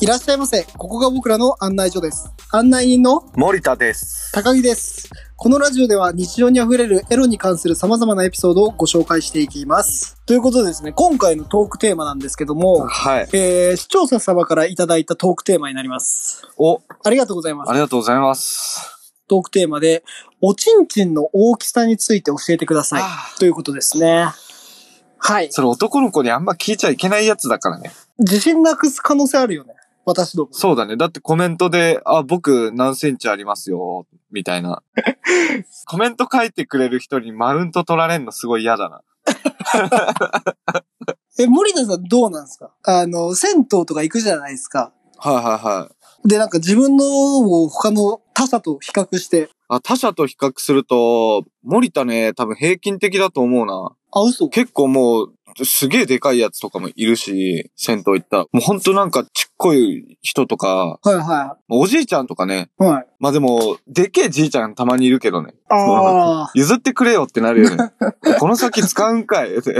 いらっしゃいませ。ここが僕らの案内所です。案内人の森田です。高木です。このラジオでは日常にあふれるエロに関する様々なエピソードをご紹介していきます。ということでですね、今回のトークテーマなんですけども、はい。えー、視聴者様からいただいたトークテーマになります。お、ありがとうございますあ。りがとうございます。トークテーマで、おちんちんの大きさについて教えてください。あということですね。はい。それ男の子にあんま聞いちゃいけないやつだからね。自信なくす可能性あるよね。私ども。そうだね。だってコメントで、あ、僕何センチありますよ、みたい な。コメント書いてくれる人にマウント取られんのすごい嫌だな。え、森田さんどうなんですかあの、銭湯とか行くじゃないですか。はいはいはい。で、なんか自分のを他の他者と比較して、あ、他者と比較すると、森田ね、多分平均的だと思うな。あ、嘘結構もう、すげえでかいやつとかもいるし、銭湯行ったら。もうほんとなんかちっこい人とか、はいはおじいちゃんとかね。い。はい。まあでも、でっけえじいちゃんたまにいるけどね。ああ。譲ってくれよってなる よね。この先使うんかい って。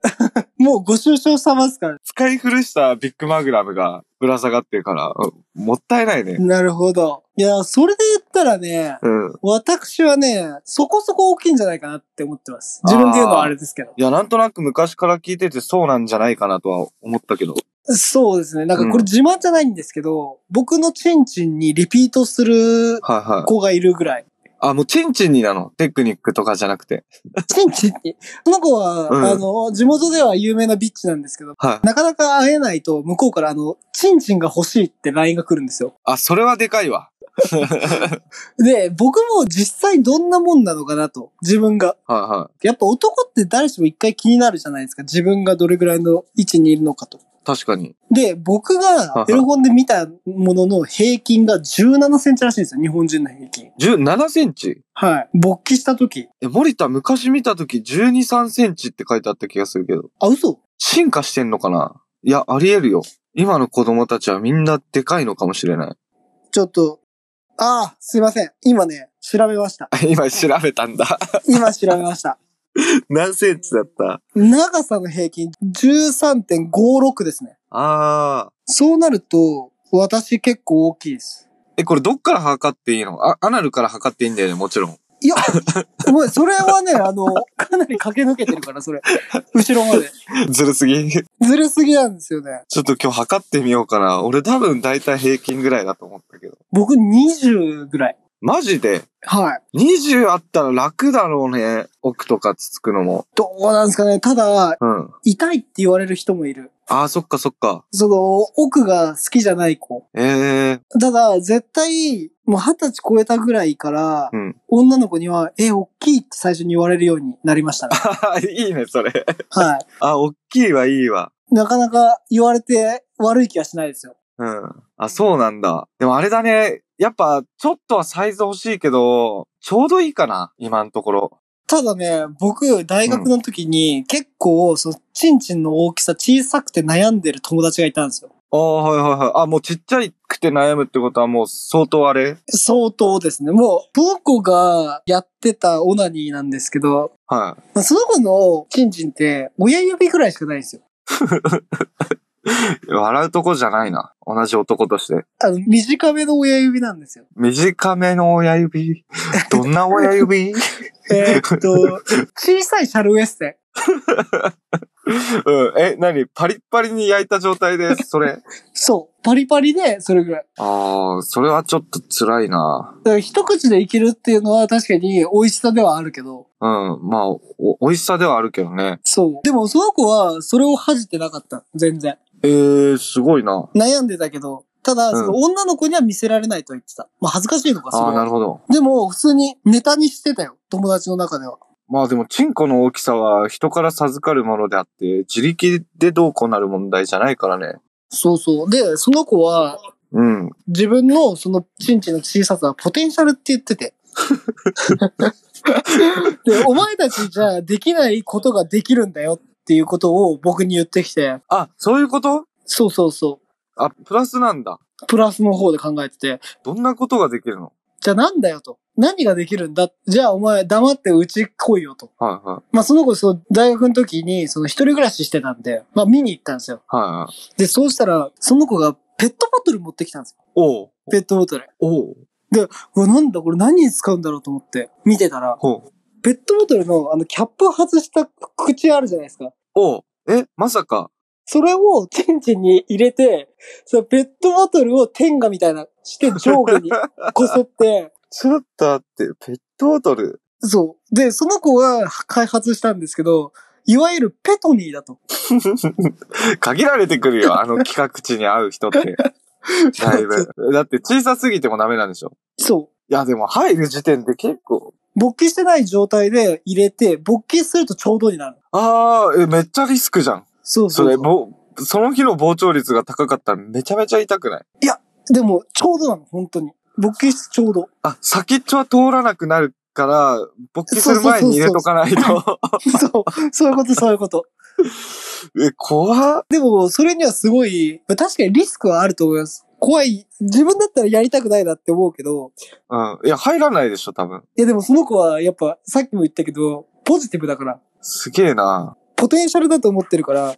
もうご愁傷様ですから。使い古したビッグマグラムがぶら下がってるから、うんもったいないね。なるほど。いや、それで言ったらね、うん。私はね、そこそこ大きいんじゃないかなって思ってます。自分で言うのはあれですけど。いや、なんとなく昔から聞いててそうなんじゃないかなとは思ったけど。そうですね。なんかこうんれ自慢じゃないんですけど、僕のチンチンにリピートするはいはい。子がいるぐらい。あ、もうチンチンになの。テクニックとかじゃなくて。チンチンに。その子は、うんあの、地元では有名なビッチなんですけど、はい。なかなか会えないと、向こうからあの、チンチンが欲しいって LINE が来るんですよ。あ、それはでかいわ。で、僕も実際どんなもんなのかなと、自分が。はいはやっぱ男って誰しも一回気になるじゃないですか。自分がどれぐらいの位置にいるのかと。い。確かに。で、僕がはエロ本で見たものの平均が17センチらしいんですよ。日本人の平均。 17センチはい。勃起した時。え、森田昔見た時12、3センチって書いてあった気がするけど。あ、嘘進化してんのかないや、あり得るよ。今の子供たちはみんなでかいのかもしれない。ちょっと。ああ、すいません。今ね、調べました。 今調べたんだ。今調べました。 何センチだった長さの平均13.56ですね。あー。そうなると、私結構大きいです。え、これどっから測っていいのあ、アナルから測っていいんだよね、もちろん。いや、お前、それはね、あの、かなり駆け抜けてるから、それ。後ろまで。 ずるすぎ。ちずるすぎなんですよね。ょっと今日測ってみようかな。俺多分大体平均ぐらいだと思ったけど。僕20ぐらい。マジではい。 20あったら楽だろうね。奥とかつつくのも。どうなんですかね。ただ、うん。痛いって言われる人もいる。あー、そっかそっか。その、奥が好きじゃない子。ええー。 ただ、絶対、もう二十歳超えたぐらいから、うん女の子には、え、おっきいって最初に言われるようになりま したね。いいね、それ。はい。あ、おっきいはいいわ。なかなか言われて悪い気はしないですよ。うん。あ、そうなんだ。でもあれだね。やっぱ、ちょっとはサイズ欲しいけど、ちょうどいいかな。今のところ。ただね、僕、大学の時に結構、その、チンチンの大きさ小さくて悩んでる友達がいたんですよ。ああ、はいはいはい。あ、もうちっちゃいくて悩むってことはもう相当あれ相当ですね。もう、その子がやってたオナニーなんですけど、はまあその子のチンチンって親指ぐらいしかないんですよ。い。笑うとこじゃないな。同じ男として。あの、短めの親指なんですよ。短めの親 指。どんな親指えーっと、小さいシャルウエステ。うん。え、なにパリッパリに焼いた状態で、それ。そう。パリパリで、それぐらい。ああ、それはちょっと辛いな。だから一口でいけるっていうのは確かに美味しさではあるけど、うん。まあ、お、美味しさではあるけどね。そう。でもその子はそれを恥じてなかった。全然。ええー、すごいな。悩んでたけど、ただ、うんその女の子には見せられないとは言ってた。まあ恥ずかしいのか、そああ、れなは。るほど。でも、普通にネタにしてたよ。友達の中では。まあでも、チンコの大きさは人から授かるものであって、自力でどうこうなる問題じゃないからね。そうそう。で、その子は、うん。自分のそのチンチンの小ささはポテンシャルって言ってて。で、お前たちじゃできないことができるんだよっていうことを僕に言ってきて、あ、そういうことそうそうそあ、プラスなんだ。う。プラスの方で考えてて、どんなことができるのじゃあなんだよと。何ができるんだじゃあお前黙ってうち来いよと。はいはい。まあその子、その大学の時に、その一人暮らししてたんで、まあ見に行ったんですよ。はいはい。で、そうしたら、その子がペットボトル持ってきたんですよ。おう。ペットボトル。おう。うわ、なんだこれ何に使うんだろうと思って見てたら、ほう。ペットボトルのあのキャップを外した口あるじゃないですか。おう。え、まさか。それをチンチンに入れて、そのペットボトルを天下みたいなして上下 にこすって、ちょっと待って、ペットボトル。そう。で、その子が開発したんですけど、いわゆるペトニーだと。限られてくるよ、あの企画地に合う人 って。だいぶ。だって小さすぎてもダメなんでしょ。 そう。いや、でも入る時点で結構。勃起してない状態で入れて、勃起するとちょうどになる。あー、え、めっちゃリスクじゃん。そうそそうそれ、うぼ、その日の膨張率が高かったらめちゃめちゃ痛くないでも、ちょうどなの、本当に。勃起室ちょう ど。あ、先っちょは通らなくなるから、勃起する前に入れとかないと。そう。そういうこと、そういうこと。 え、怖っでも、それにはすごい、確かにリスクはあると思います。怖い。自分だったらやりたくないなって思うけど、うん。いや、入らないでしょ、多分。いやでもその子はやっぱ、さっきも言ったけど、ポジティブだから、すげえな。ポテンシャルだと思ってるから、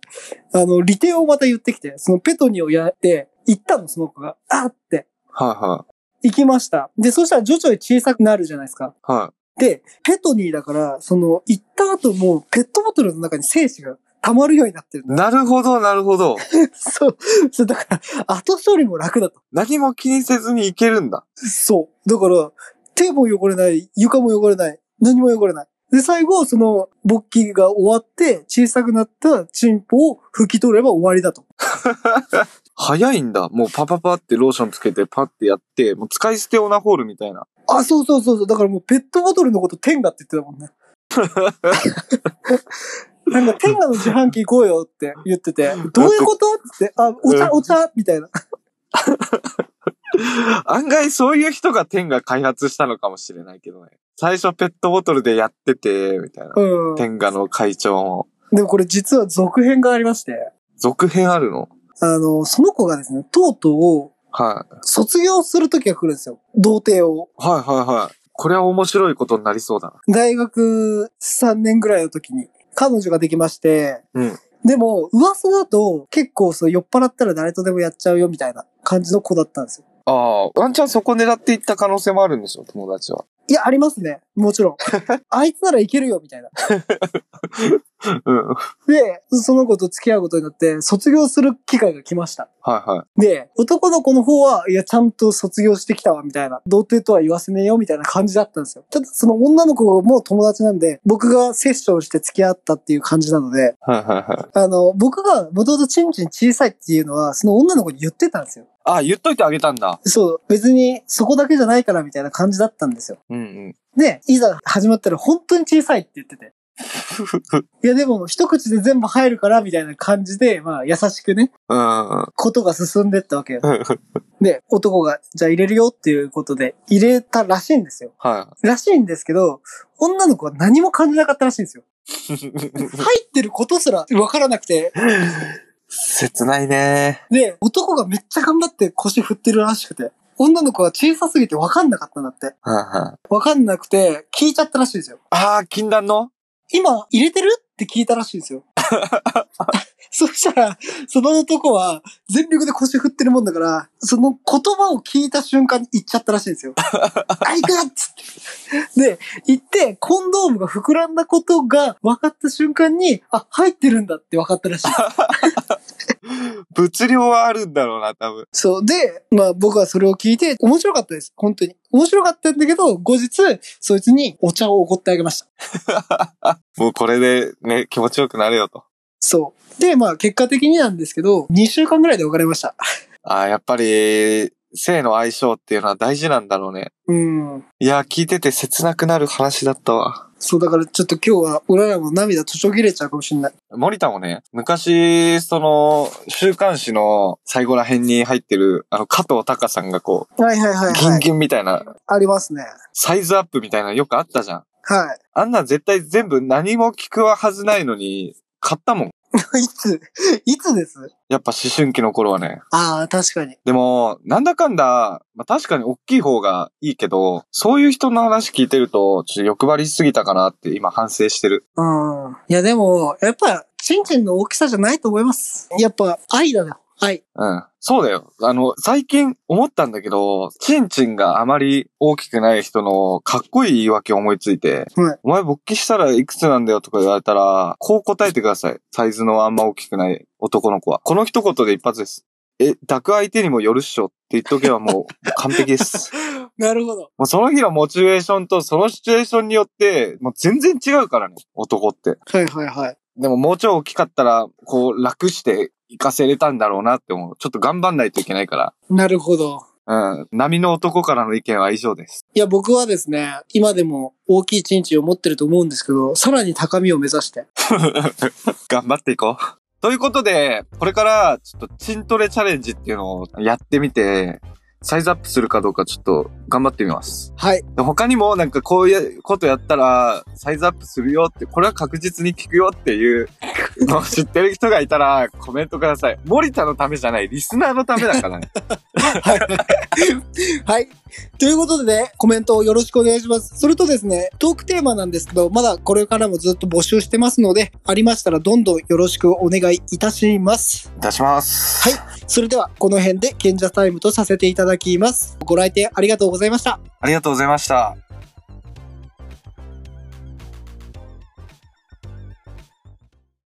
あの、利点をまた言ってきて、そのペトニーをやって、行ったの、その子が。あーって。は行きました。で、そしたら徐々に小さくなるじゃないですか。いはい。はい。で、ペトニーだから、その、行った後も、ペットボトルの中に精子が溜まるようになってる。なるほど、なるほど。 そう。そう、だから、後処理も楽だと。何も気にせずにいけるんだ。そう。だから、手も汚れない、床も汚れない、何も汚れない。で、最後、その、勃起が終わって、小さくなったチンポを拭き取れば終わりだと。早いんだ。もうパパパってローションつけてパってやって、もう使い捨てオナホールみたいな。 あ、そうそうそうそう。だからもうペットボトルのこと天下って言ってた もんね。なんか天下の自販機行こうよって言ってて、どういうことって、あ、お茶、お茶みたいな。案外そういう人が天が開発したのかもしれないけどね。最初ペットボトルでやってて、みたいな。うん。天下の会長も。でもこれ実は続編がありまして、続編あるのあの、その子がですね、とうとう、はい。卒業するときが来るんですよ。童貞を。はいはいはい。これは面白いことになりそうだな。大学3年ぐらいの時に彼女ができまして、うんでも噂だと結構そう酔っ払ったら誰とでもやっちゃうよみたいな感じの子だったんですよ。ああ、ワンチャンそこ狙っていった可能性もあるんでしょ、友達は。いや、ありますね。も ちろん。あいつならいけるよみたいな。うん。はいで、その子と付き合うことになって卒業する機会が来ました。はで、男の子の方は、いや、ちゃんと卒業してきたわ、みたいな。童貞とは言わせねえよ、みたいな感じだったんですよ。ただ、その女の子も友達なんで、僕がセッションして付き合ったっていう感じなので、い。はいはいはい。あの、僕がもともとチンチン小さいっていうのは、その女の子に言ってたんですよ。ああ、言っといてあげたんだ。そう、別にそこだけじゃないからみたいな感じだったんですよ。うんうん。で、いざ始まったら本当に小さいって言ってて。いやでも一口で全部入るからみたいな感じで、まあ優しくね、うん。ことが進んでったわけよ。で、男がじゃあ入れるよっていうことで入れたらしいんですよ。はらしいんですけど、女の子は何も感じなかったらしいんですよ。い。入ってることすらわからなくて、切ないね。で、男がめっちゃ頑張って腰振ってるらしくて、女の子は小さすぎて分かんなかったんだって。はいはい。分かんなくて、聞いちゃったらしいんですよ。ああ、禁断の今、入れてるって聞いたらしいんですよ。そしたら、その男は全力で腰振ってるもんだから、その言葉を聞いた瞬間に言っちゃったらしいんですよ。あいくっつって。で、言って、コンドームが膨らんだことが分かった瞬間に、あ、入ってるんだって分かったらしい。物量はあるんだろうな、多分。そう。で、まあ僕はそれを聞いて、面白かったです。本当に。面白かったんだけど、後日、そいつにお茶をおごってあげました。もうこれでね、気持ちよくなれよと。そう。で、まあ結果的になんですけど、2週間ぐらいで別れました。ああ、やっぱり、性の相性っていうのは大事なんだろうね。うん。いやー、聞いてて切なくなる話だったわ。そう、だからちょっと今日は、俺らも涙とちょぎれちゃうかもしれない。森田もね、昔、その、週刊誌の最後ら辺に入ってる、あの、加藤隆さんがこはいはいはう、いギはンい。ギンみたいな、ありますね。サイズアップみたいなのよくあったじゃん。はあんなん絶対全部何も聞くはずないのに、買ったもん。 い。いつ、いつですやっぱ思春期の頃はね。ああ、確かに。でも、なんだかんだ、まあ、確かに大きい方がいいけど、そういう人の話聞いてると、ちょっと欲張りしすぎたかなって今反省してる。うん。いやでも、やっぱ、チンチンの大きさじゃないと思います。やっぱ、愛だよ。はい。うん。そうだよ。あの、最近思ったんだけど、チンチンがあまり大きくない人のかっこいい言い訳を思いついて、はいお前勃起したらいくつなんだよとか言われたら、こう答えてください。サイズのあんま大きくない男の子は。この一言で一発です。え、抱く相手にもよるっしょって言っとけばもう完璧 です。なるほど。もうその日のモチベーションとそのシチュエーションによって、もう全然違うからね、男って。はいはいはい。でももうちょい大きかったら、こう楽して行かせれたんだろうなって思う。ちょっと頑張んないといけないから。なるほど。うん。波の男からの意見は以上です。いや、僕はですね、今でも大きいチンチンを持ってると思うんですけど、さらに高みを目指して。頑張っていこう。ということで、これから、ちょっと、チントレチャレンジっていうのをやってみて、サイズアップするかどうかちょっと頑張ってみます。はい。で他にもなんかこういうことやったらサイズアップするよって、これは確実に効くよっていうのを知ってる人がいたらコメントください。森田のためじゃない、リスナーのためだから ね。はい。ということで、ね、コメントをよろしくお願いします。それとですね、トークテーマなんですけど、まだこれからもずっと募集してますので、ありましたらどんどんよろしくお願いいたします。いたします。はい。それでは、この辺で賢者タイムとさせていただきます。ご来店ありがとうございました。ありがとうございました。